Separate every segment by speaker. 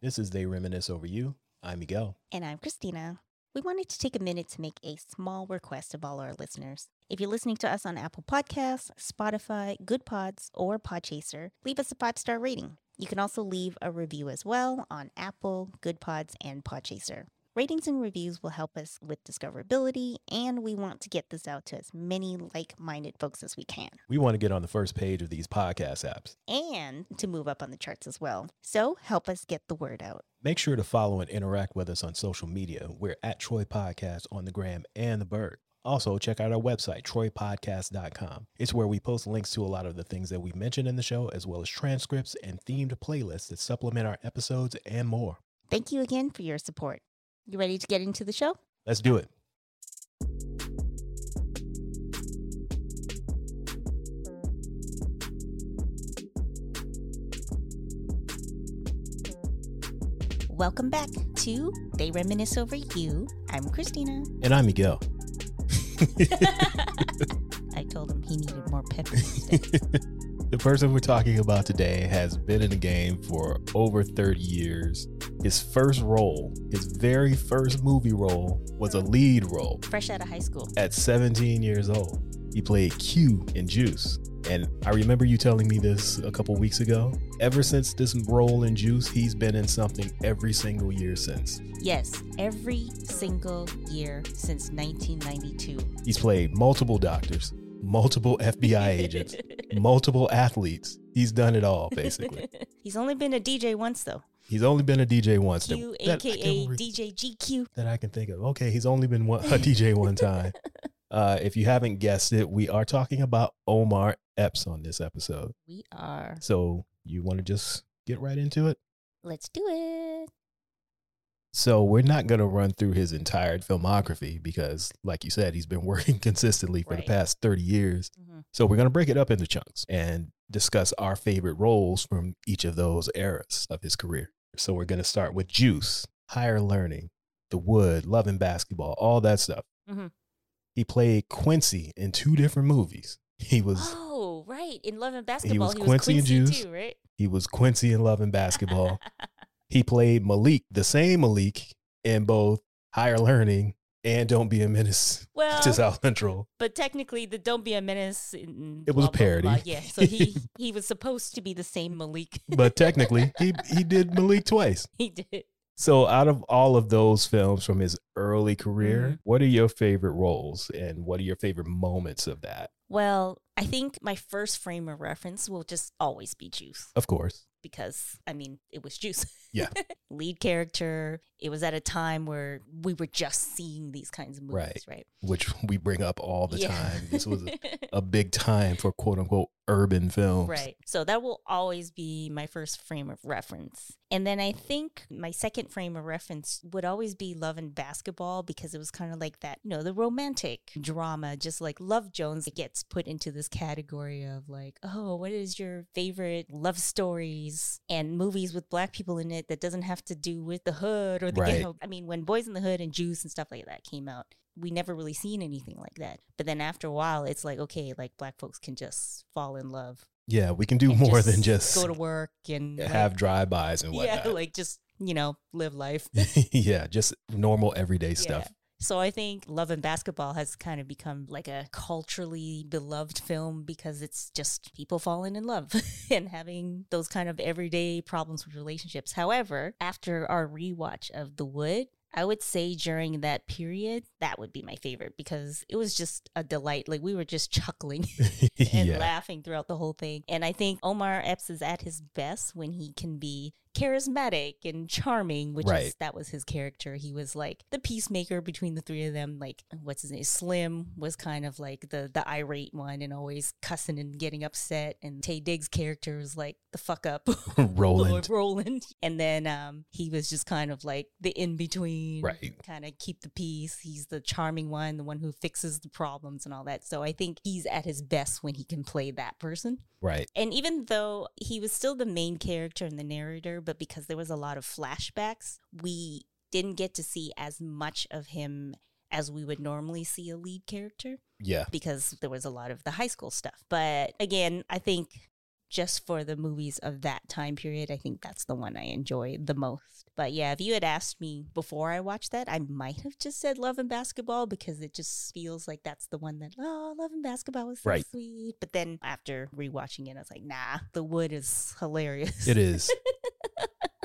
Speaker 1: This is They Reminisce Over You. I'm Miguel.
Speaker 2: And I'm Christina. We wanted to take a minute to make a small request of all our listeners. If you're listening to us on Apple Podcasts, Spotify, Good Pods, or Podchaser, leave us a five star rating. You can also leave a review as well on Apple, Good Pods, and Podchaser. Ratings and reviews will help us with discoverability, and we want to get this out to as many like minded folks as we can
Speaker 1: We want to get on the first page of these podcast apps.
Speaker 2: and to move up on the charts as well. So help us get the word out.
Speaker 1: Make sure to follow and interact with us on social media. We're at Troy Podcast on the gram and the bird. Also, check out our website, troypodcast.com. It's where we post links to a lot of the things that we mentioned in the show, as well as transcripts and themed playlists that supplement our episodes and more.
Speaker 2: Thank you again for your support. You ready to get into the show?
Speaker 1: Let's do it.
Speaker 2: Welcome back to They Reminisce Over You. I'm Christina.
Speaker 1: And I'm Miguel.
Speaker 2: I told him he needed more pepper. instead.
Speaker 1: The person we're talking about today has been in the game for over 30 years. His first role, his very first movie role, was a lead role
Speaker 2: Fresh out of high school.
Speaker 1: at 17 years old. He played Q in Juice. And I remember you telling me this a couple weeks ago. Ever since this role in Juice, he's been in something every single year since.
Speaker 2: Yes, every single year since 1992.
Speaker 1: He's played multiple doctors, multiple FBI agents, multiple athletes. He's done it all, basically.
Speaker 2: He's only been a DJ once, though.
Speaker 1: He's only been a DJ once.
Speaker 2: Q,
Speaker 1: That- that I
Speaker 2: aka
Speaker 1: can re-
Speaker 2: DJ GQ.
Speaker 1: that I can think of. Okay, he's only been one, a DJ one time. Uh, if you haven't guessed it, we are talking about Omar Epps on this episode.
Speaker 2: We are.
Speaker 1: So you want to just get right into it?
Speaker 2: Let's do it.
Speaker 1: So we're not going to run through his entire filmography because, like you said, he's been working consistently for
Speaker 2: Right.
Speaker 1: the past 30 years.
Speaker 2: Mhm.
Speaker 1: So we're going to break it up into chunks and discuss our favorite roles from each of those eras of his career. So we're going to start with Juice, Higher Learning, The Wood, Love and Basketball, all that stuff.
Speaker 2: Mhm.
Speaker 1: He played Quincy in two different movies. He was
Speaker 2: Oh, right. In Love and Basketball, he was Quincy,
Speaker 1: Quincy and Juice.
Speaker 2: too, right?
Speaker 1: he was Quincy in Love and Basketball. he played Malik, the same Malik in both Higher Learning and Don't Be a Menace
Speaker 2: well,
Speaker 1: to South Central.
Speaker 2: But technically, the "Don't Be a Menace." And
Speaker 1: It was a
Speaker 2: blah, blah, blah.
Speaker 1: parody.
Speaker 2: Yeah, so he he was supposed to be the same Malik.
Speaker 1: But technically, he he did Malik twice.
Speaker 2: he did.
Speaker 1: So, out of all of those films from his early career,
Speaker 2: Mm-hmm.
Speaker 1: what are your favorite roles and what are your favorite moments of that?
Speaker 2: Well, I think my first frame of reference will just always be Juice
Speaker 1: Of course.
Speaker 2: because I mean it was Juice.
Speaker 1: Yeah.
Speaker 2: Lead character. It was at a time where we were just seeing these kinds of movies, right?
Speaker 1: Which we bring up all the
Speaker 2: Yeah.
Speaker 1: time. This was a, a big time for quote unquote urban films.
Speaker 2: Right. So that will always be my first frame of reference. And then I think my second frame of reference would always be Love and Basketball because it was kind of like that, you know, the romantic drama, just like Love Jones gets put into this category of like, oh, what is your favorite love stories and movies with black people in it that doesn't have to do with the hood or the
Speaker 1: Right.
Speaker 2: ghetto? I mean, when Boys in the Hood and Juice and stuff like that came out, we never really seen anything like that. But then after a while, it's like, okay, like black folks can just fall in love
Speaker 1: Yeah, we can do
Speaker 2: and
Speaker 1: more than just
Speaker 2: go to work and like,
Speaker 1: have drive bys and whatnot.
Speaker 2: yeah, like just you know live life.
Speaker 1: yeah, just normal everyday stuff.
Speaker 2: Yeah. So I think Love and Basketball has kind of become like a culturally beloved film because it's just people falling in love and having those kind of everyday problems with relationships. However, after our rewatch of The Wood, I would say during that period, that would be my favorite because it was just a delight. Like we were just chuckling and
Speaker 1: yeah.
Speaker 2: laughing throughout the whole thing. And I think Omar Epps is at his best when he can be charismatic and charming, which
Speaker 1: Right.
Speaker 2: is that was his character. He was like the peacemaker between the three of them. Like what's his name? Slim was kind of like the the irate one and always cussing and getting upset. And Tay Diggs' character was like the fuck up.
Speaker 1: Roland.
Speaker 2: Lord Roland. And then um, he was just kind of like the in between,
Speaker 1: Right.
Speaker 2: Kind of keep the peace. He's the charming one, the one who fixes the problems and all that. So I think he's at his best when he can play that person.
Speaker 1: Right.
Speaker 2: And even though he was still the main character and the narrator, but because there was a lot of flashbacks, we didn't get to see as much of him as we would normally see a lead character
Speaker 1: Yeah.
Speaker 2: because there was a lot of the high school stuff. But again, I think just for the movies of that time period, I think that's the one I enjoy the most. But yeah, if you had asked me before I watched that, I might have just said Love and Basketball because it just feels like that's the one that, oh, Love and Basketball was so
Speaker 1: Right.
Speaker 2: sweet. But then after rewatching it, I was like, nah, The Wood is hilarious.
Speaker 1: It is.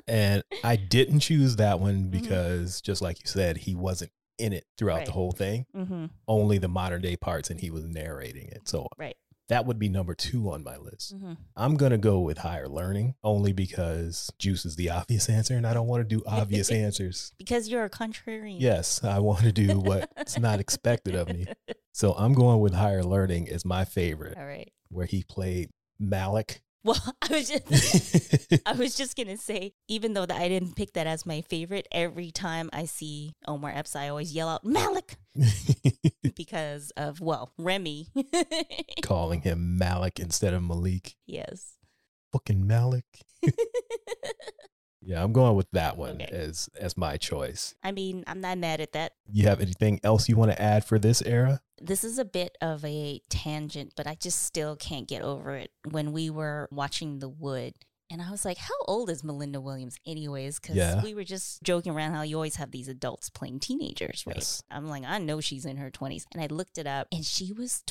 Speaker 1: and I didn't choose that one because, just like you said, he wasn't in it throughout
Speaker 2: Mm-hmm. Right.
Speaker 1: the whole thing,
Speaker 2: Mm-hmm.
Speaker 1: only the modern day parts, and he was narrating it. So
Speaker 2: Right.
Speaker 1: that would be number two on my list.
Speaker 2: Mm-hmm.
Speaker 1: I'm going to go with higher learning only because juice is the obvious answer, and I don't want to do obvious answers.
Speaker 2: Because you're a contrarian.
Speaker 1: Yes, I want to do what's not expected of me. So I'm going with higher learning as my favorite,
Speaker 2: All right.
Speaker 1: where he played Malik.
Speaker 2: Well, I was just. I was just gonna say, even though that I didn't pick that as my favorite, every time I see Omar Epps, I always yell out Malik because of well, Remy.
Speaker 1: Calling him Malik instead of Malik.
Speaker 2: yes.
Speaker 1: Fucking Malik. Yeah, I'm going with that one
Speaker 2: Okay.
Speaker 1: as as my choice.
Speaker 2: I mean, I'm not mad at that.
Speaker 1: You have anything else you want to add for this era?
Speaker 2: This is a bit of a tangent, but I just still can't get over it. When we were watching The Wood, and I was like, how old is Melinda Williams, anyways? Because
Speaker 1: Yeah.
Speaker 2: we were just joking around how you always have these adults playing teenagers, right?
Speaker 1: Yes.
Speaker 2: I'm like, I know she's in her 20s. And I looked it up, and she was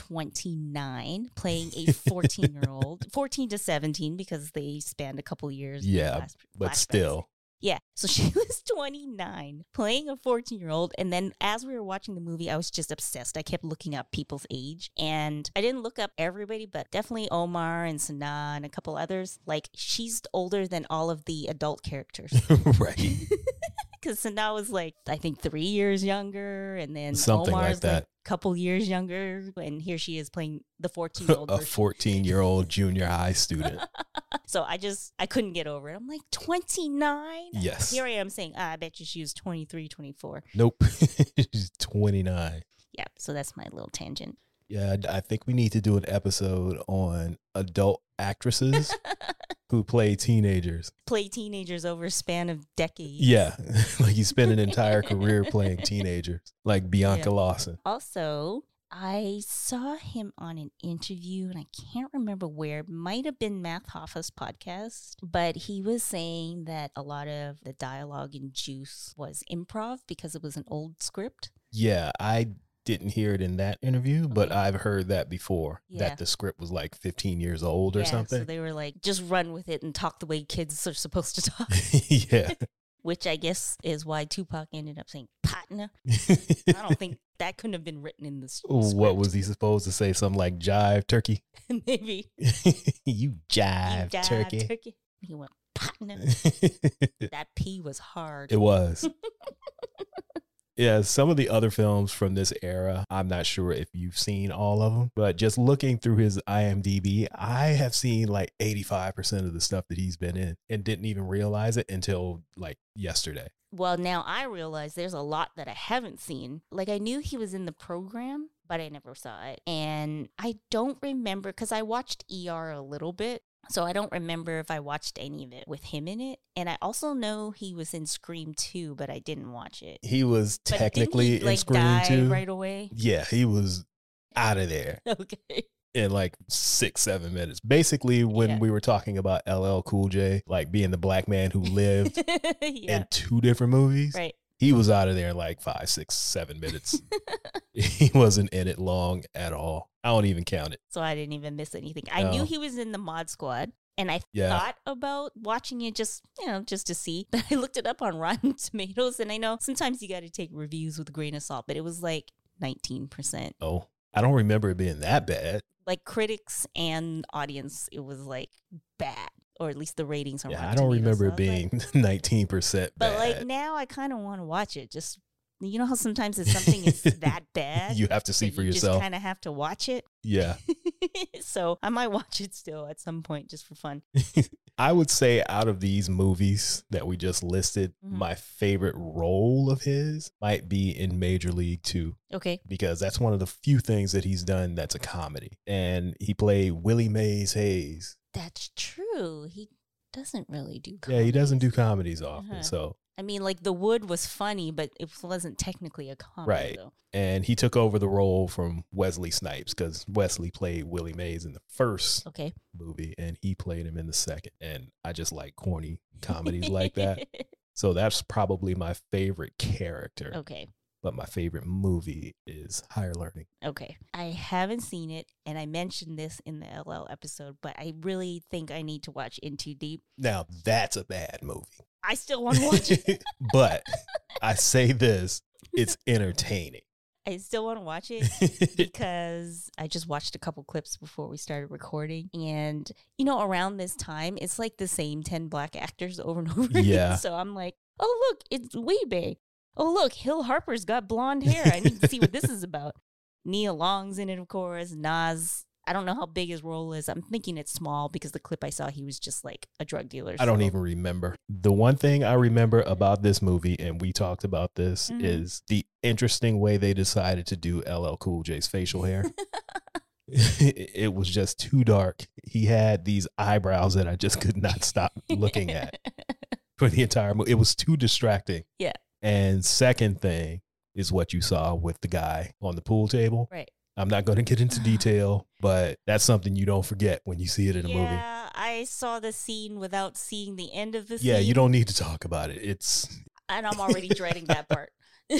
Speaker 2: 29 playing a 14 year old, 14 to 17, because they spanned a couple years. in the
Speaker 1: Yeah,
Speaker 2: last-
Speaker 1: But
Speaker 2: flashbacks.
Speaker 1: still,
Speaker 2: Yeah. So she was 29 playing a 14 year old. And then as we were watching the movie, I was just obsessed. I kept looking up people's age. And I didn't look up everybody, but definitely Omar and Sanaa and a couple others. Like she's older than all of the adult characters.
Speaker 1: right.
Speaker 2: Because Sanaa was like, I think three years younger. And then
Speaker 1: Something like
Speaker 2: Omar's
Speaker 1: that.
Speaker 2: couple years younger. And here she is playing the 14 year old.
Speaker 1: A 14 year old junior high student.
Speaker 2: so I just, I couldn't get over it. I'm like, 29?
Speaker 1: Yes.
Speaker 2: Here I am saying, ah, I bet you she was 23, 24.
Speaker 1: Nope. She's 29.
Speaker 2: Yeah, so that's my little tangent.
Speaker 1: Yeah, I I think we need to do an episode on adult actresses who play teenagers.
Speaker 2: Play teenagers over a span of decades.
Speaker 1: Yeah. like you spend an entire career playing teenagers, like Bianca
Speaker 2: Yeah.
Speaker 1: Lawson.
Speaker 2: Also, I saw him on an interview and I can't remember where. It might have been Math Hoffa's podcast, but he was saying that a lot of the dialogue in Juice was improv because it was an old script.
Speaker 1: Yeah, I didn't hear it in that interview, but
Speaker 2: Okay.
Speaker 1: I've heard that before
Speaker 2: Uh-huh. Yeah.
Speaker 1: that the script was like 15 years old or
Speaker 2: Yeah,
Speaker 1: something.
Speaker 2: So they were like, just run with it and talk the way kids are supposed to talk,
Speaker 1: yeah.
Speaker 2: which I guess is why Tupac ended up saying partner. I don't think that couldn't have been written in the s- script.
Speaker 1: what was he supposed to say? Something like jive turkey?
Speaker 2: Maybe.
Speaker 1: you
Speaker 2: You
Speaker 1: jive
Speaker 2: jive
Speaker 1: turkey.
Speaker 2: He went, partner. that P was hard.
Speaker 1: it was. yeah, some of the other films from this era, I'm not sure if you've seen all of them, but just looking through his IMDb, I have seen like 85% of the stuff that he's been in and didn't even realize it until like yesterday.
Speaker 2: well, now I realize there's a lot that I haven't seen. Like, I knew he was in the program, but I never saw it. And I don't remember because I watched ER a little bit. So I don't remember if I watched any of it with him in it. And I also know he was in Scream 2, but I didn't watch it.
Speaker 1: He was
Speaker 2: But didn't
Speaker 1: technically
Speaker 2: he,
Speaker 1: in
Speaker 2: like,
Speaker 1: Scream
Speaker 2: die
Speaker 1: 2.
Speaker 2: right away.
Speaker 1: Yeah, he was out of there.
Speaker 2: Okay.
Speaker 1: in like six, seven minutes. Basically, when
Speaker 2: Yeah.
Speaker 1: we were talking about LL Cool J, like being the black man who lived
Speaker 2: yeah.
Speaker 1: in two different movies,
Speaker 2: right.
Speaker 1: he was out of there in like five, six, seven minutes. he wasn't in it long at all. I don't even count it.
Speaker 2: so I didn't even miss anything. I knew
Speaker 1: No.
Speaker 2: he was in the mod squad, and I
Speaker 1: Yeah.
Speaker 2: thought about watching it just you know just to see. But I looked it up on Rotten Tomatoes, and I know sometimes you got to take reviews with a grain of salt, but it was like nineteen percent.
Speaker 1: Oh, I don't remember it being that bad.
Speaker 2: Like critics and audience, it was like bad, or at least the ratings on
Speaker 1: Yeah,
Speaker 2: Rotten
Speaker 1: I don't
Speaker 2: Tomatoes.
Speaker 1: remember
Speaker 2: So I
Speaker 1: it
Speaker 2: was like,
Speaker 1: being 19%
Speaker 2: but like
Speaker 1: bad.
Speaker 2: now, I kind of want to watch it. Just you know how sometimes if something is that bad,
Speaker 1: you have to see
Speaker 2: that
Speaker 1: for
Speaker 2: you
Speaker 1: yourself.
Speaker 2: Just kind of have to watch it.
Speaker 1: yeah.
Speaker 2: so I might watch it still at some point just for fun.
Speaker 1: I would say out of these movies that we just listed,
Speaker 2: Mhm.
Speaker 1: my favorite role of his might be in Major League 2.
Speaker 2: Okay.
Speaker 1: because that's one of the few things that he's done that's a comedy. And he played Willie Mays Hayes.
Speaker 2: That's true. He doesn't really do
Speaker 1: Yeah, he doesn't do
Speaker 2: comedies.
Speaker 1: comedies often.
Speaker 2: Uh-huh.
Speaker 1: So
Speaker 2: I mean, like the wood was funny, but it wasn't technically a comedy.
Speaker 1: Right.
Speaker 2: Though.
Speaker 1: And he took over the role from Wesley Snipes because Wesley played Willie Mays in the first
Speaker 2: Okay.
Speaker 1: movie and he played him in the second. And I just like corny comedies like that. So that's probably my favorite character.
Speaker 2: okay.
Speaker 1: But my favorite movie is Higher Learning.
Speaker 2: Okay. I haven't seen it, and I mentioned this in the LL episode, but I really think I need to watch In Too Deep.
Speaker 1: Now that's a bad movie.
Speaker 2: I still want to watch it.
Speaker 1: but I say this, it's entertaining.
Speaker 2: I still want to watch it. because I just watched a couple clips before we started recording. And, you know, around this time, it's like the same 10 black actors over and over again.
Speaker 1: Yeah.
Speaker 2: So I'm like, oh, look, it's Weebay. Oh, look, Hill Harper's got blonde hair. I need to see what this is about. Nia Long's in it, of course. Nas, I don't know how big his role is. I'm thinking it's small because the clip I saw, he was just like a drug dealer.
Speaker 1: I don't
Speaker 2: so-
Speaker 1: even remember. The one thing I remember about this movie, and we talked about this,
Speaker 2: Mhm.
Speaker 1: is the interesting way they decided to do LL Cool J's facial hair. it was just too dark. He had these eyebrows that I just could not stop looking at for the entire movie. It was too distracting.
Speaker 2: Yeah.
Speaker 1: And second thing is what you saw with the guy on the pool table.
Speaker 2: Right.
Speaker 1: I'm not going to get into detail, but that's something you don't forget when you see it in a movie.
Speaker 2: Yeah, I saw the scene without seeing the end of the
Speaker 1: Yeah,
Speaker 2: scene,
Speaker 1: you don't need to talk about it. It's
Speaker 2: and I'm already dreading that part.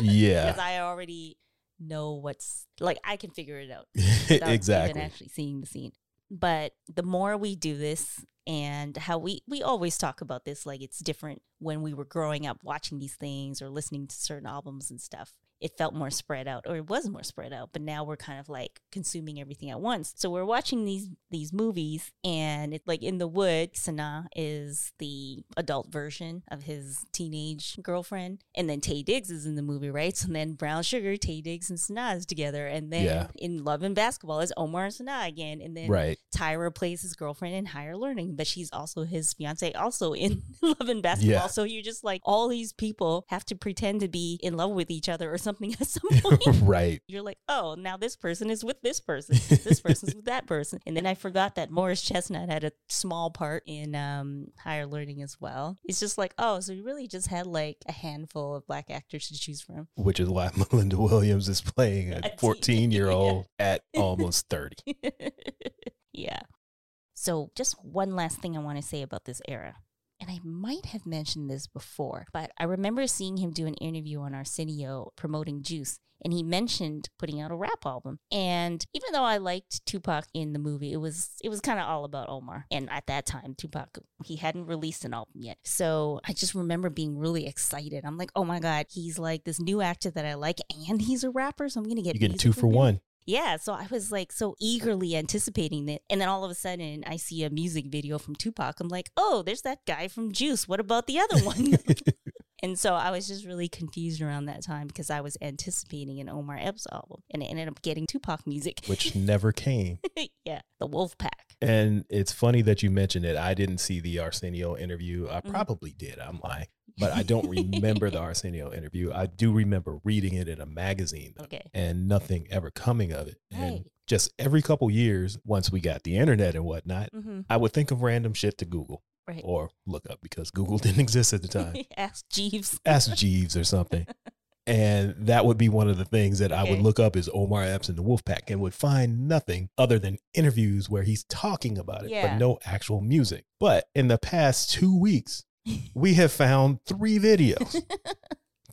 Speaker 1: yeah,
Speaker 2: because I already know what's like I can figure it out without even
Speaker 1: exactly.
Speaker 2: actually seeing the scene. But the more we do this and how we we always talk about this like it's different when we were growing up watching these things or listening to certain albums and stuff. It felt more spread out or it was more spread out, but now we're kind of like consuming everything at once. So we're watching these these movies and it's like in the wood, Sanaa is the adult version of his teenage girlfriend. And then Tay Diggs is in the movie, right? So then Brown Sugar, Tay Diggs and Sanaa is together. And then
Speaker 1: Yeah.
Speaker 2: in Love and Basketball is Omar and Sanaa again. And then
Speaker 1: Right.
Speaker 2: Tyra plays his girlfriend in Higher Learning, but she's also his fiance, also in Love and Basketball.
Speaker 1: Yeah.
Speaker 2: So you're just like, all these people have to pretend to be in love with each other or something at some point.
Speaker 1: right.
Speaker 2: You're like, oh, now this person is with this person. This person's with that person. And then I forgot that Morris Chestnut had a small part in um, Higher Learning as well. It's just like, oh, so you really just had like a handful of black actors to choose from.
Speaker 1: Which is why Melinda Williams is playing
Speaker 2: A
Speaker 1: a
Speaker 2: teen-
Speaker 1: 14 year old at almost 30.
Speaker 2: yeah. So, just one last thing I want to say about this era. And I might have mentioned this before, but I remember seeing him do an interview on Arsenio promoting Juice, and he mentioned putting out a rap album. And even though I liked Tupac in the movie, it was it was kind of all about Omar. And at that time, Tupac he hadn't released an album yet, so I just remember being really excited. I'm like, oh my god, he's like this new actor that I like, and he's a rapper, so I'm gonna get
Speaker 1: You get
Speaker 2: music
Speaker 1: two
Speaker 2: from
Speaker 1: for
Speaker 2: him.
Speaker 1: one.
Speaker 2: Yeah, so I was like so eagerly anticipating it. And then all of a sudden, I see a music video from Tupac. I'm like, oh, there's that guy from Juice. What about the other one? and so I was just really confused around that time because I was anticipating an Omar Epps album and I ended up getting Tupac music.
Speaker 1: Which never came.
Speaker 2: yeah, the Wolf Pack.
Speaker 1: And it's funny that you mentioned it. I didn't see the Arsenio interview. I
Speaker 2: Mhm.
Speaker 1: probably did. I'm lying. But I don't remember the Arsenio interview. I do remember reading it in a magazine, though,
Speaker 2: Okay.
Speaker 1: and nothing ever coming of it. And
Speaker 2: Right.
Speaker 1: just every couple years, once we got the internet and whatnot,
Speaker 2: Mm-hmm.
Speaker 1: I would think of random shit to Google
Speaker 2: Right.
Speaker 1: or look up because Google didn't exist at the time.
Speaker 2: Ask Jeeves.
Speaker 1: Ask Jeeves or something. And that would be one of the things that I would
Speaker 2: Okay.
Speaker 1: look up is Omar Epps and the Wolfpack and would find nothing other than interviews where he's talking about it,
Speaker 2: Yeah.
Speaker 1: but no actual music. But in the past two weeks, we have found three videos.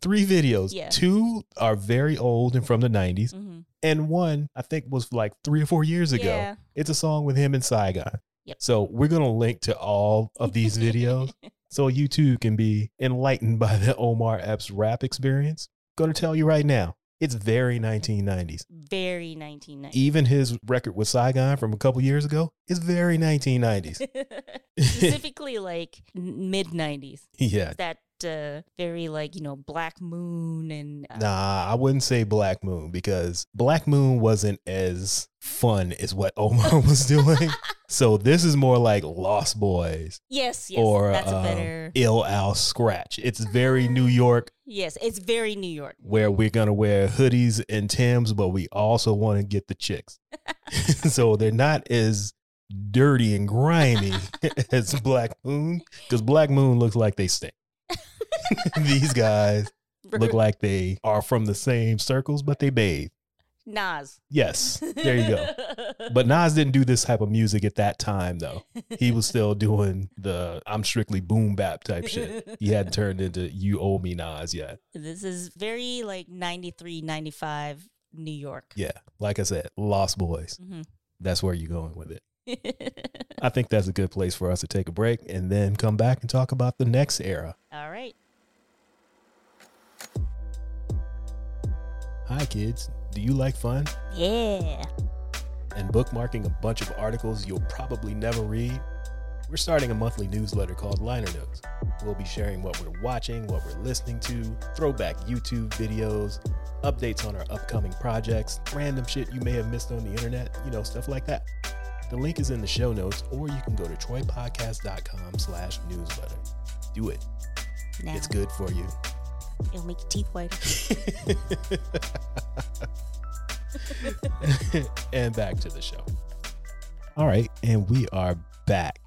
Speaker 1: three videos.
Speaker 2: Yeah.
Speaker 1: Two are very old and from the 90s.
Speaker 2: Mm-hmm.
Speaker 1: And one, I think, was like three or four years ago.
Speaker 2: Yeah.
Speaker 1: It's a song with him and Saigon.
Speaker 2: Yep.
Speaker 1: So we're gonna link to all of these videos so you too can be enlightened by the Omar Epps rap experience. Gonna tell you right now, it's very 1990s.
Speaker 2: Very 1990s.
Speaker 1: Even his record with Saigon from a couple years ago is very 1990s.
Speaker 2: Specifically, like mid 90s.
Speaker 1: yeah.
Speaker 2: that uh, very like you know black moon and uh,
Speaker 1: Nah, I wouldn't say Black Moon because Black Moon wasn't as fun as what Omar was doing. so this is more like Lost Boys
Speaker 2: yes yes
Speaker 1: or
Speaker 2: that's
Speaker 1: um,
Speaker 2: a better
Speaker 1: Ill Al Scratch. It's very New York
Speaker 2: yes it's very new york
Speaker 1: where we're gonna wear hoodies and Tims, but we also want to get the chicks. so they're not as dirty and grimy as Black Moon because Black Moon looks like they stink. These guys look
Speaker 2: Ru-
Speaker 1: like they are from the same circles, but they bathe.
Speaker 2: Nas.
Speaker 1: Yes, there you go.
Speaker 2: go.
Speaker 1: But Nas didn't do this type of music at that time, though. He was still doing the I'm strictly boom bap type shit. He hadn't turned into You Owe Me Nas yet.
Speaker 2: This is very like 93, 95 New York.
Speaker 1: Yeah, like I said, Lost Boys.
Speaker 2: Mhm.
Speaker 1: That's where you're going with it. I think that's a good place for us to take a break and then come back and talk about the next era.
Speaker 2: All right.
Speaker 1: Hi, kids. Do you like fun?
Speaker 2: Yeah.
Speaker 1: and bookmarking a bunch of articles you'll probably never read? We're starting a monthly newsletter called Liner Notes. We'll be sharing what we're watching, what we're listening to, throwback YouTube videos, updates on our upcoming projects, random shit you may have missed on the internet, you know, stuff like that. The link is in the show notes, or you can go to troypodcast.com slash newsletter. Do it.
Speaker 2: Now
Speaker 1: It's good for you.
Speaker 2: It'll make your teeth whiter.
Speaker 1: and back to the show. All right, and we are back.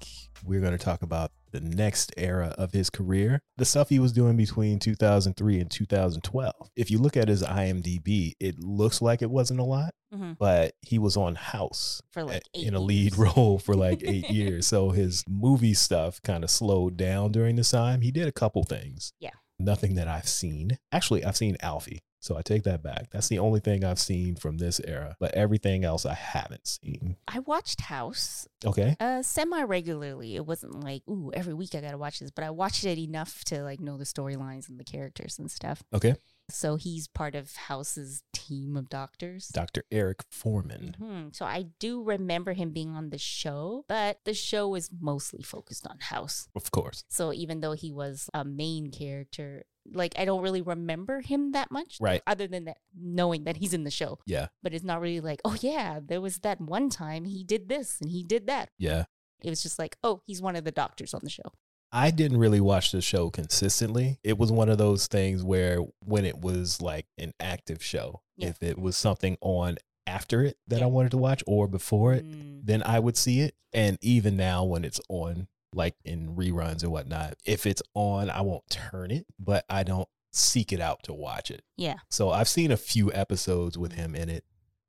Speaker 1: We're going to talk about the next era of his career, the stuff he was doing between 2003 and 2012. If you look at his IMDb, it looks like it wasn't a lot,
Speaker 2: hmm
Speaker 1: but he was on House
Speaker 2: For like
Speaker 1: a-
Speaker 2: eight
Speaker 1: in a lead
Speaker 2: years.
Speaker 1: role for like eight years. So his movie stuff kind of slowed down during this time. He did a couple things.
Speaker 2: Yeah.
Speaker 1: Nothing that I've seen. Actually, I've seen Alfie. So I take that back. That's the only thing I've seen from this era, but everything else I haven't seen.
Speaker 2: I watched House
Speaker 1: Okay.
Speaker 2: uh, semi regularly. It wasn't like, ooh, every week I got to watch this, but I watched it enough to like know the storylines and the characters and stuff.
Speaker 1: Okay.
Speaker 2: So he's part of House's team of doctors.
Speaker 1: Dr. Eric Foreman.
Speaker 2: Mhm. So I do remember him being on the show, but the show was mostly focused on House.
Speaker 1: Of course.
Speaker 2: So even though he was a main character, like I don't really remember him that much.
Speaker 1: Right.
Speaker 2: Other than that, knowing that he's in the show.
Speaker 1: Yeah.
Speaker 2: But it's not really like, oh, yeah, there was that one time he did this and he did that.
Speaker 1: Yeah.
Speaker 2: It was just like, oh, he's one of the doctors on the show.
Speaker 1: I didn't really watch the show consistently. It was one of those things where when it was like an active show,
Speaker 2: Yeah.
Speaker 1: if it was something on after it that
Speaker 2: Yeah.
Speaker 1: I wanted to watch or before it,
Speaker 2: Mm.
Speaker 1: then I would see it. And even now, when it's on, like in reruns and whatnot, if it's on, I won't turn it, but I don't seek it out to watch it.
Speaker 2: Yeah.
Speaker 1: So I've seen a few episodes with him in it.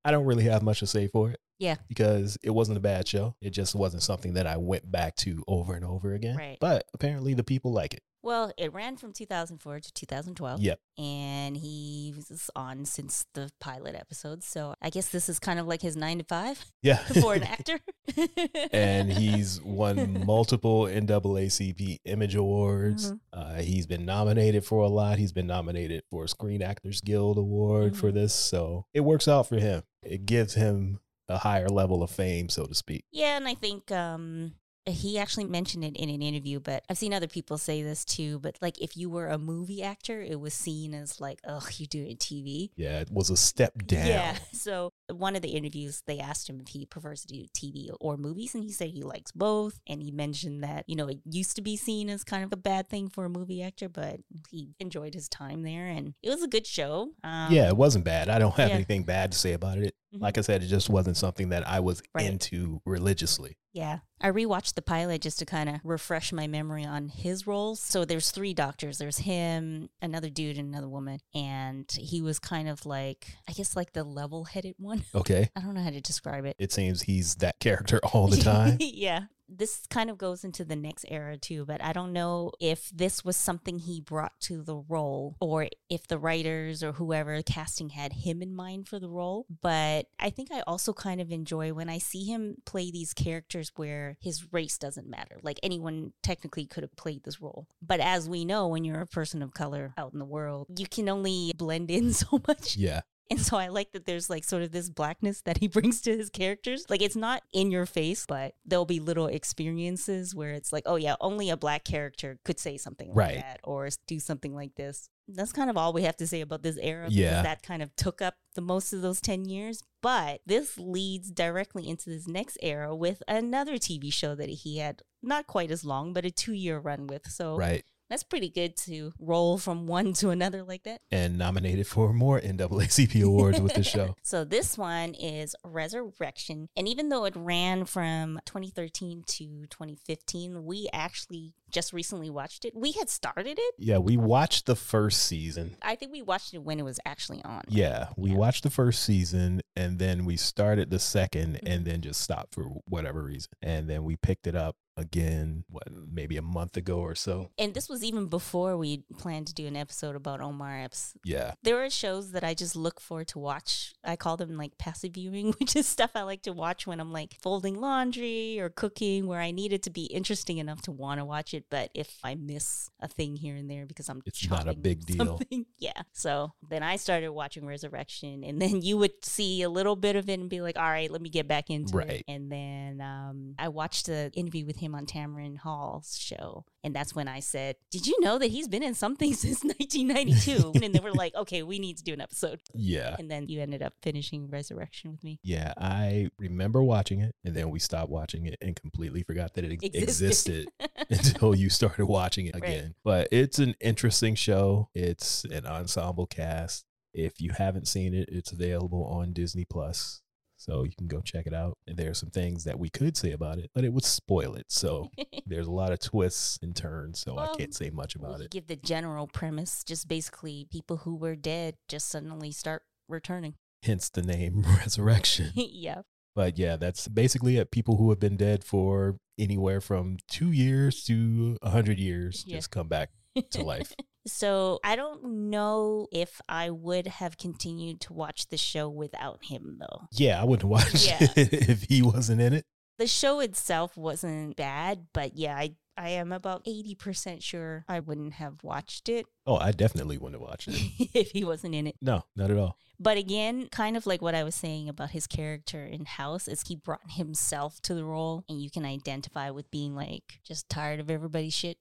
Speaker 1: I don't really have much to say for it.
Speaker 2: Yeah.
Speaker 1: Because it wasn't a bad show. It just wasn't something that I went back to over and over again.
Speaker 2: Right.
Speaker 1: But apparently the people like it.
Speaker 2: Well, it ran from 2004 to 2012.
Speaker 1: Yep.
Speaker 2: And he was on since the pilot episode. So I guess this is kind of like his nine to five
Speaker 1: Yeah.
Speaker 2: for an actor.
Speaker 1: and he's won multiple NAACP Image Awards.
Speaker 2: Mhm.
Speaker 1: Uh, he's been nominated for a lot. He's been nominated for a Screen Actors Guild Award for
Speaker 2: Mhm.
Speaker 1: this. So it works out for him. It gives him a higher level of fame, so to speak.
Speaker 2: Yeah, and I think um he actually mentioned it in an interview, but I've seen other people say this too. But like, if you were a movie actor, it was seen as like, oh, you're doing TV.
Speaker 1: Yeah, it was a step down.
Speaker 2: Yeah. So one of the interviews, they asked him if he prefers to do TV or movies, and he said he likes both. And he mentioned that you know it used to be seen as kind of a bad thing for a movie actor, but he enjoyed his time there, and it was a good show. Um,
Speaker 1: Yeah, it wasn't bad. I don't have
Speaker 2: Yeah.
Speaker 1: anything bad to say about it.
Speaker 2: Mhm.
Speaker 1: Like I said, it just wasn't something that I was
Speaker 2: Right.
Speaker 1: into religiously.
Speaker 2: Yeah. I rewatched the pilot just to kind of refresh my memory on his roles. So there's three doctors. There's him, another dude, and another woman. And he was kind of like, I guess like the level-headed one.
Speaker 1: Okay.
Speaker 2: I don't know how to describe it.
Speaker 1: It seems he's that character all the time.
Speaker 2: yeah. This kind of goes into the next era too, but I don't know if this was something he brought to the role or if the writers or whoever casting had him in mind for the role. But I think I also kind of enjoy when I see him play these characters where his race doesn't matter. Like anyone technically could have played this role. But as we know, when you're a person of color out in the world, you can only blend in so much.
Speaker 1: yeah.
Speaker 2: And so I like that there's like sort of this blackness that he brings to his characters. Like it's not in your face, but there'll be little experiences where it's like, oh yeah, only a black character could say something like
Speaker 1: Right.
Speaker 2: that or s- do something like this. That's kind of all we have to say about this era. because
Speaker 1: Yeah.
Speaker 2: That kind of took up the most of those 10 years. But this leads directly into this next era with another TV show that he had not quite as long, but a two year run with. So
Speaker 1: Right.
Speaker 2: that's pretty good to roll from one to another like that.
Speaker 1: And nominated for more NAACP awards with the show.
Speaker 2: So this one is Resurrection. And even though it ran from 2013 to 2015, we actually just recently watched it. We had started it.
Speaker 1: Yeah, we watched the first season.
Speaker 2: I think we watched it when it was actually on.
Speaker 1: Yeah, we
Speaker 2: Yeah.
Speaker 1: watched the first season and then we started the 2nd
Speaker 2: Mhm.
Speaker 1: and then just stopped for whatever reason. And then we picked it up again, what, maybe a month ago or so.
Speaker 2: And this was even before we planned to do an episode about Omar Epps.
Speaker 1: Yeah.
Speaker 2: There are shows that I just look for to watch. I call them like passive viewing, which is stuff I like to watch when I'm like folding laundry or cooking, where I need it to be interesting enough to want to watch it. But if I miss a thing here and there because I'm
Speaker 1: It's not a
Speaker 2: chopping
Speaker 1: big deal.
Speaker 2: something- yeah. So then I started watching Resurrection, and then you would see a little bit of it and be like, "All right, let me get back into
Speaker 1: Right.
Speaker 2: it." And then um, I watched the interview with him on Tamron Hall's show, and that's when I said, "Did you know that he's been in something since 1992?" and then we're like, "Okay, we need to do an episode."
Speaker 1: Yeah.
Speaker 2: And then you ended up finishing Resurrection with me.
Speaker 1: Yeah, I remember watching it and then we stopped watching it and completely forgot that it ex- existed. until you started watching it
Speaker 2: Right.
Speaker 1: again. But it's an interesting show. It's an ensemble cast. If you haven't seen it, it's available on Disney Plus. So you can go check it out. And there are some things that we could say about it, but it would spoil it. So there's a lot of twists and turns, so I
Speaker 2: Well,
Speaker 1: can't say much
Speaker 2: We
Speaker 1: about
Speaker 2: could
Speaker 1: it.
Speaker 2: give the general premise, just basically people who were dead just suddenly start returning.
Speaker 1: Hence the name Resurrection.
Speaker 2: yeah.
Speaker 1: But yeah, that's basically it. People who have been dead for anywhere from two years to a hundred years
Speaker 2: Yeah.
Speaker 1: just come back to life.
Speaker 2: So I don't know if I would have continued to watch the show without him though.
Speaker 1: Yeah, I wouldn't watch
Speaker 2: Yeah.
Speaker 1: it if he wasn't in it.
Speaker 2: The show itself wasn't bad, but yeah, I I am about 80% sure I wouldn't have watched it
Speaker 1: Oh, I definitely wouldn't have watched it.
Speaker 2: if he wasn't in it.
Speaker 1: No, not at all.
Speaker 2: But again, kind of like what I was saying about his character in House is he brought himself to the role and you can identify with being like just tired of everybody's shit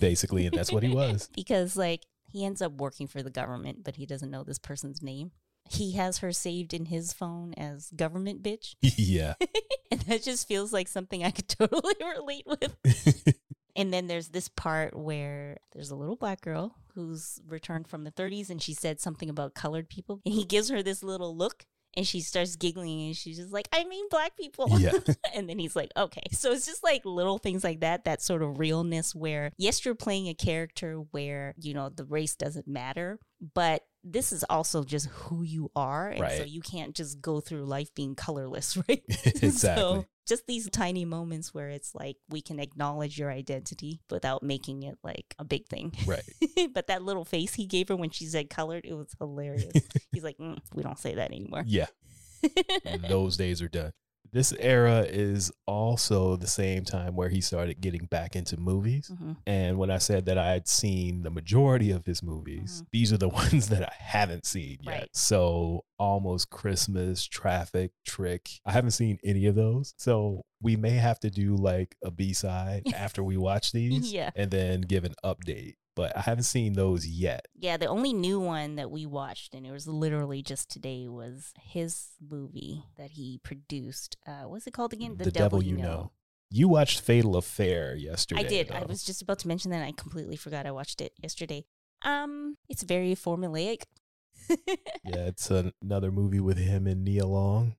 Speaker 1: Basically, and that's what he was.
Speaker 2: because like he ends up working for the government, but he doesn't know this person's name. He has her saved in his phone as government bitch.
Speaker 1: yeah.
Speaker 2: And that just feels like something I could totally relate with. And then there's this part where there's a little black girl who's returned from the 30s and she said something about colored people. And he gives her this little look and she starts giggling and she's just like, I mean, black people.
Speaker 1: yeah.
Speaker 2: And then he's like, okay. So it's just like little things like that, that sort of realness where, yes, you're playing a character where, you know, the race doesn't matter, but this is also just who you are. And so
Speaker 1: Right.
Speaker 2: you can't just go through life being colorless, right?
Speaker 1: exactly.
Speaker 2: So just these tiny moments where it's like we can acknowledge your identity without making it like a big thing.
Speaker 1: Right.
Speaker 2: but that little face he gave her when she said colored, it was hilarious. He's like, mm, we don't say that anymore.
Speaker 1: Yeah. Those days are done. This era is also the same time where he started getting back into movies.
Speaker 2: Mhm.
Speaker 1: And when I said that I had seen the majority of his movies, these are the ones that I haven't seen yet.
Speaker 2: Mm-hmm. Right.
Speaker 1: So, Almost Christmas, Traffic, Trick. I haven't seen any of those. So, we may have to do like a B side after we watch these
Speaker 2: Yeah.
Speaker 1: and then give an update. But I haven't seen those yet.
Speaker 2: Yeah, the only new one that we watched, and it was literally just today, was his movie that he produced. Uh, what's it called again?
Speaker 1: You watched Fatal Affair yesterday.
Speaker 2: I did. I
Speaker 1: though.
Speaker 2: was just about to mention that. I completely forgot I watched it yesterday. Um, it's very formulaic.
Speaker 1: Yeah, it's an- another movie with him and Nia Long.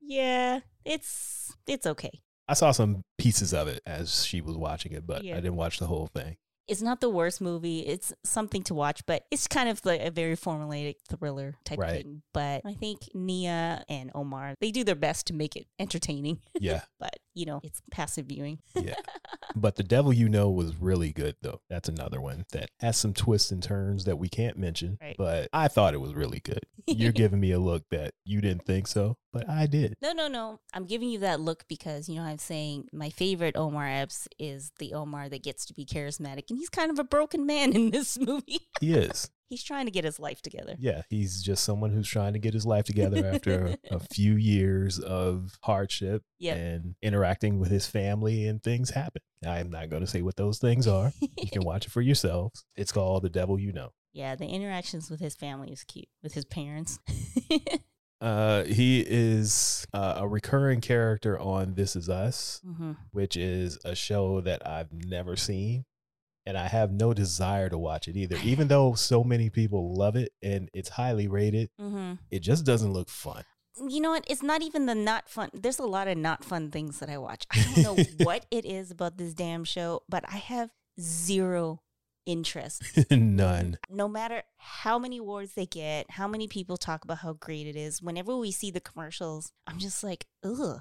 Speaker 2: yeah, it's it's okay.
Speaker 1: I saw some pieces of it as she was watching it, but
Speaker 2: Yeah.
Speaker 1: I didn't watch the whole thing.
Speaker 2: It's not the worst movie. It's something to watch, but it's kind of like a very formulaic thriller type
Speaker 1: Right.
Speaker 2: thing. But I think Nia and Omar, they do their best to make it entertaining.
Speaker 1: Yeah.
Speaker 2: But, you know, it's passive viewing.
Speaker 1: Yeah. But The Devil You Know was really good, though. That's another one that has some twists and turns that we can't mention,
Speaker 2: Right.
Speaker 1: but I thought it was really good. You're giving me a look that you didn't think so, but I did.
Speaker 2: No, no, no. I'm giving you that look because you know I'm saying my favorite Omar Epps is the Omar that gets to be charismatic, and he's kind of a broken man in this movie.
Speaker 1: He is.
Speaker 2: he's trying to get his life together.
Speaker 1: Yeah. He's just someone who's trying to get his life together after a few years of hardship
Speaker 2: Yep.
Speaker 1: and interacting with his family, and things happen. I'm not going to say what those things are. You can watch it for yourselves. It's called The Devil You Know.
Speaker 2: yeah, the interactions with his family is cute, with his parents.
Speaker 1: Uh, he is uh, a recurring character on This Is Us.
Speaker 2: hmm
Speaker 1: which is a show that I've never seen. And I have no desire to watch it either, even though so many people love it and it's highly rated.
Speaker 2: hmm
Speaker 1: It just doesn't look fun.
Speaker 2: You know what? It's not even the not fun. There's a lot of not fun things that I watch. I don't know what it is about this damn show, but I have zero interest.
Speaker 1: None.
Speaker 2: No matter how many awards they get, how many people talk about how great it is, whenever we see the commercials, I'm just like, ugh,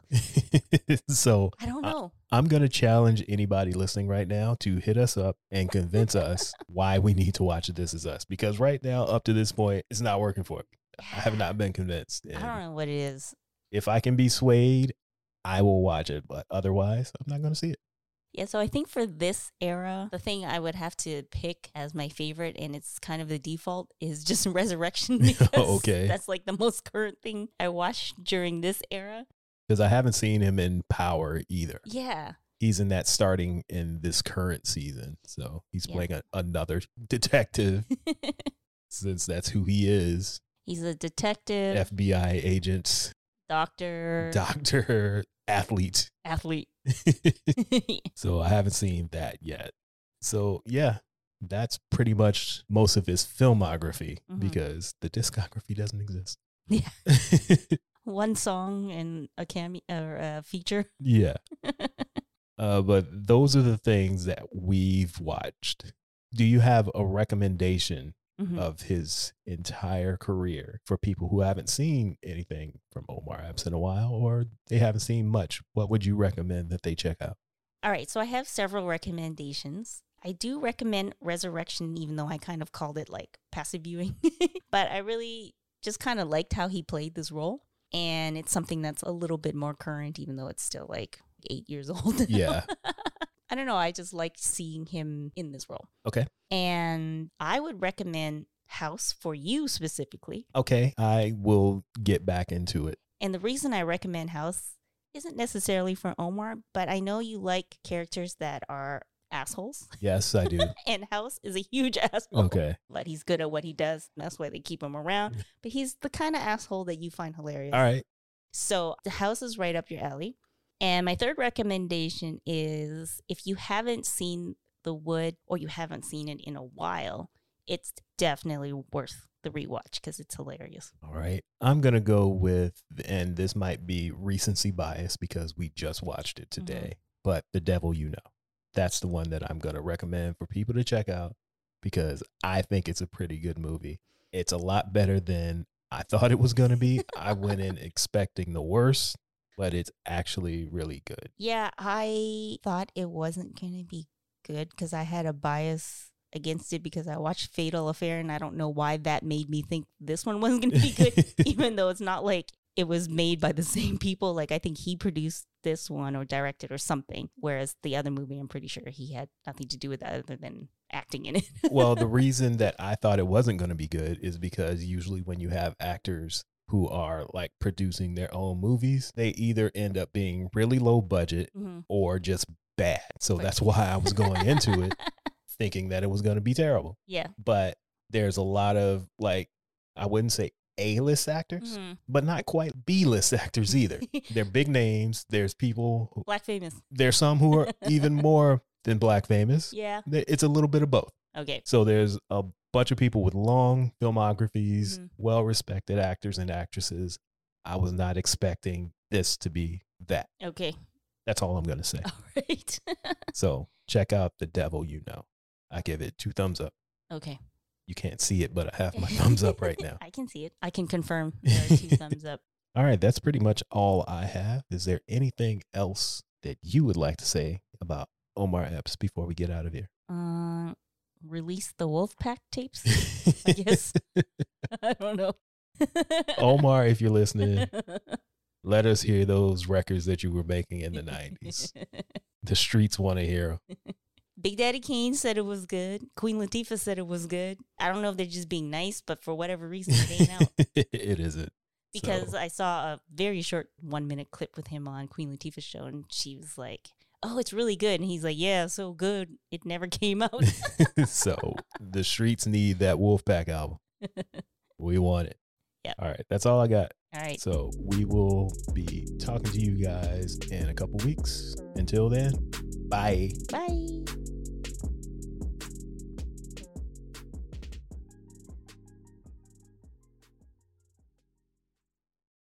Speaker 1: so
Speaker 2: I don't
Speaker 1: I-
Speaker 2: know.
Speaker 1: I'm going to challenge anybody listening right now to hit us up and convince us why we need to watch This Is Us because right now, up to this point, it's not working for me. I have not been convinced.
Speaker 2: I
Speaker 1: And
Speaker 2: don't know what it is.
Speaker 1: If I can be swayed, I will watch it, but otherwise, I'm not going to see it.
Speaker 2: Yeah, so I think for this era, the thing I would have to pick as my favorite, and it's kind of the default, is just Resurrection because
Speaker 1: Okay.
Speaker 2: that's like the most current thing I watched during this era.
Speaker 1: Because I haven't seen him in Power either.
Speaker 2: Yeah,
Speaker 1: He's in that starting in this current season. So he's
Speaker 2: Yeah.
Speaker 1: playing a, another detective since that's who he is
Speaker 2: he's a detective,
Speaker 1: FBI agent,
Speaker 2: doctor,
Speaker 1: doctor, athlete.
Speaker 2: athlete.
Speaker 1: So I haven't seen that yet. So yeah, that's pretty much most of his filmography
Speaker 2: Mhm.
Speaker 1: because the discography doesn't exist.
Speaker 2: Yeah.
Speaker 1: Yeah.
Speaker 2: One song and a cameo or a feature.
Speaker 1: yeah. Uh, but those are the things that we've watched. Do you have a recommendation
Speaker 2: Mhm.
Speaker 1: of his entire career for people who haven't seen anything from Omar Epps in a while or they haven't seen much? What would you recommend that they check out?
Speaker 2: All right, so I have several recommendations. I do recommend Resurrection, even though I kind of called it like passive viewing, but I really just kind of liked how he played this role. And it's something that's a little bit more current, even though it's still like eight years old.
Speaker 1: Yeah.
Speaker 2: I don't know. I just liked seeing him in this role.
Speaker 1: Okay.
Speaker 2: And I would recommend House for you specifically.
Speaker 1: Okay. I will get back into it.
Speaker 2: And the reason I recommend House isn't necessarily for Omar, but I know you like characters that are assholes,
Speaker 1: Yes, I do.
Speaker 2: and House is a huge asshole.
Speaker 1: Okay.
Speaker 2: But he's good at what he does. and That's why they keep him around. But he's the kind of asshole that you find hilarious.
Speaker 1: All right.
Speaker 2: So the house is right up your alley. And my third recommendation is if you haven't seen The Wood or you haven't seen it in a while, it's definitely worth the rewatch because it's hilarious.
Speaker 1: All right. I'm going to go with, and this might be recency bias because we just watched it today, but The Devil You Know. That's the one that I'm going to recommend for people to check out because I think it's a pretty good movie. It's a lot better than I thought it was going to be. I went in expecting the worst, but it's actually really good.
Speaker 2: Yeah, I thought it wasn't going to be good because I had a bias against it because I watched Fatal Affair and I don't know why that made me think this one wasn't going to be good, even though it's not like it was made by the same people. Like, I think he produced this one or directed or something, whereas the other movie, I'm pretty sure he had nothing to do with that other than acting in it.
Speaker 1: well, the reason that I thought it wasn't going to be good is because usually when you have actors who are like producing their own movies, they either end up being really low budget
Speaker 2: Mhm.
Speaker 1: or just bad. So
Speaker 2: Right.
Speaker 1: that's why I was going into it thinking that it was going to be terrible.
Speaker 2: Yeah.
Speaker 1: But there's a lot of like, I wouldn't say A list actors,
Speaker 2: Mhm.
Speaker 1: but not quite B list actors either. They're big names. There's people, who-
Speaker 2: Black Famous.
Speaker 1: there's some who are even more than Black famous.
Speaker 2: Yeah.
Speaker 1: There- It's a little bit of both.
Speaker 2: Okay.
Speaker 1: So there's a bunch of people with long filmographies,
Speaker 2: Mhm.
Speaker 1: well respected actors and actresses. I was not expecting this to be that.
Speaker 2: Okay.
Speaker 1: That's all I'm going to say.
Speaker 2: All right.
Speaker 1: so check out The Devil You Know. I give it two thumbs up.
Speaker 2: okay.
Speaker 1: You can't see it, but I have my thumbs up right now.
Speaker 2: I can see it. I can confirm there are two thumbs up.
Speaker 1: All right, that's pretty much all I have. Is there anything else that you would like to say about Omar Epps before we get out of here?
Speaker 2: Uh, release the Wolfpack tapes. I guess I don't know.
Speaker 1: Omar, if you're listening, let us hear those records that you were making in the 90s. the streets want to hear. 'em.
Speaker 2: Big Daddy Kane said it was good. Queen Latifah said it was good. I don't know if they're just being nice, but for whatever reason, it ain't out.
Speaker 1: it isn't.
Speaker 2: Because
Speaker 1: So-
Speaker 2: I saw a very short one minute clip with him on Queen Latifah's show, and she was like, "Oh, it's really good," and he's like, "Yeah, so good, it never came out."
Speaker 1: so the streets need that Wolfpack album. We want it.
Speaker 2: Yep.
Speaker 1: All right. That's all I got.
Speaker 2: All right,
Speaker 1: So we will be talking to you guys in a couple weeks. Until then, bye.
Speaker 2: bye.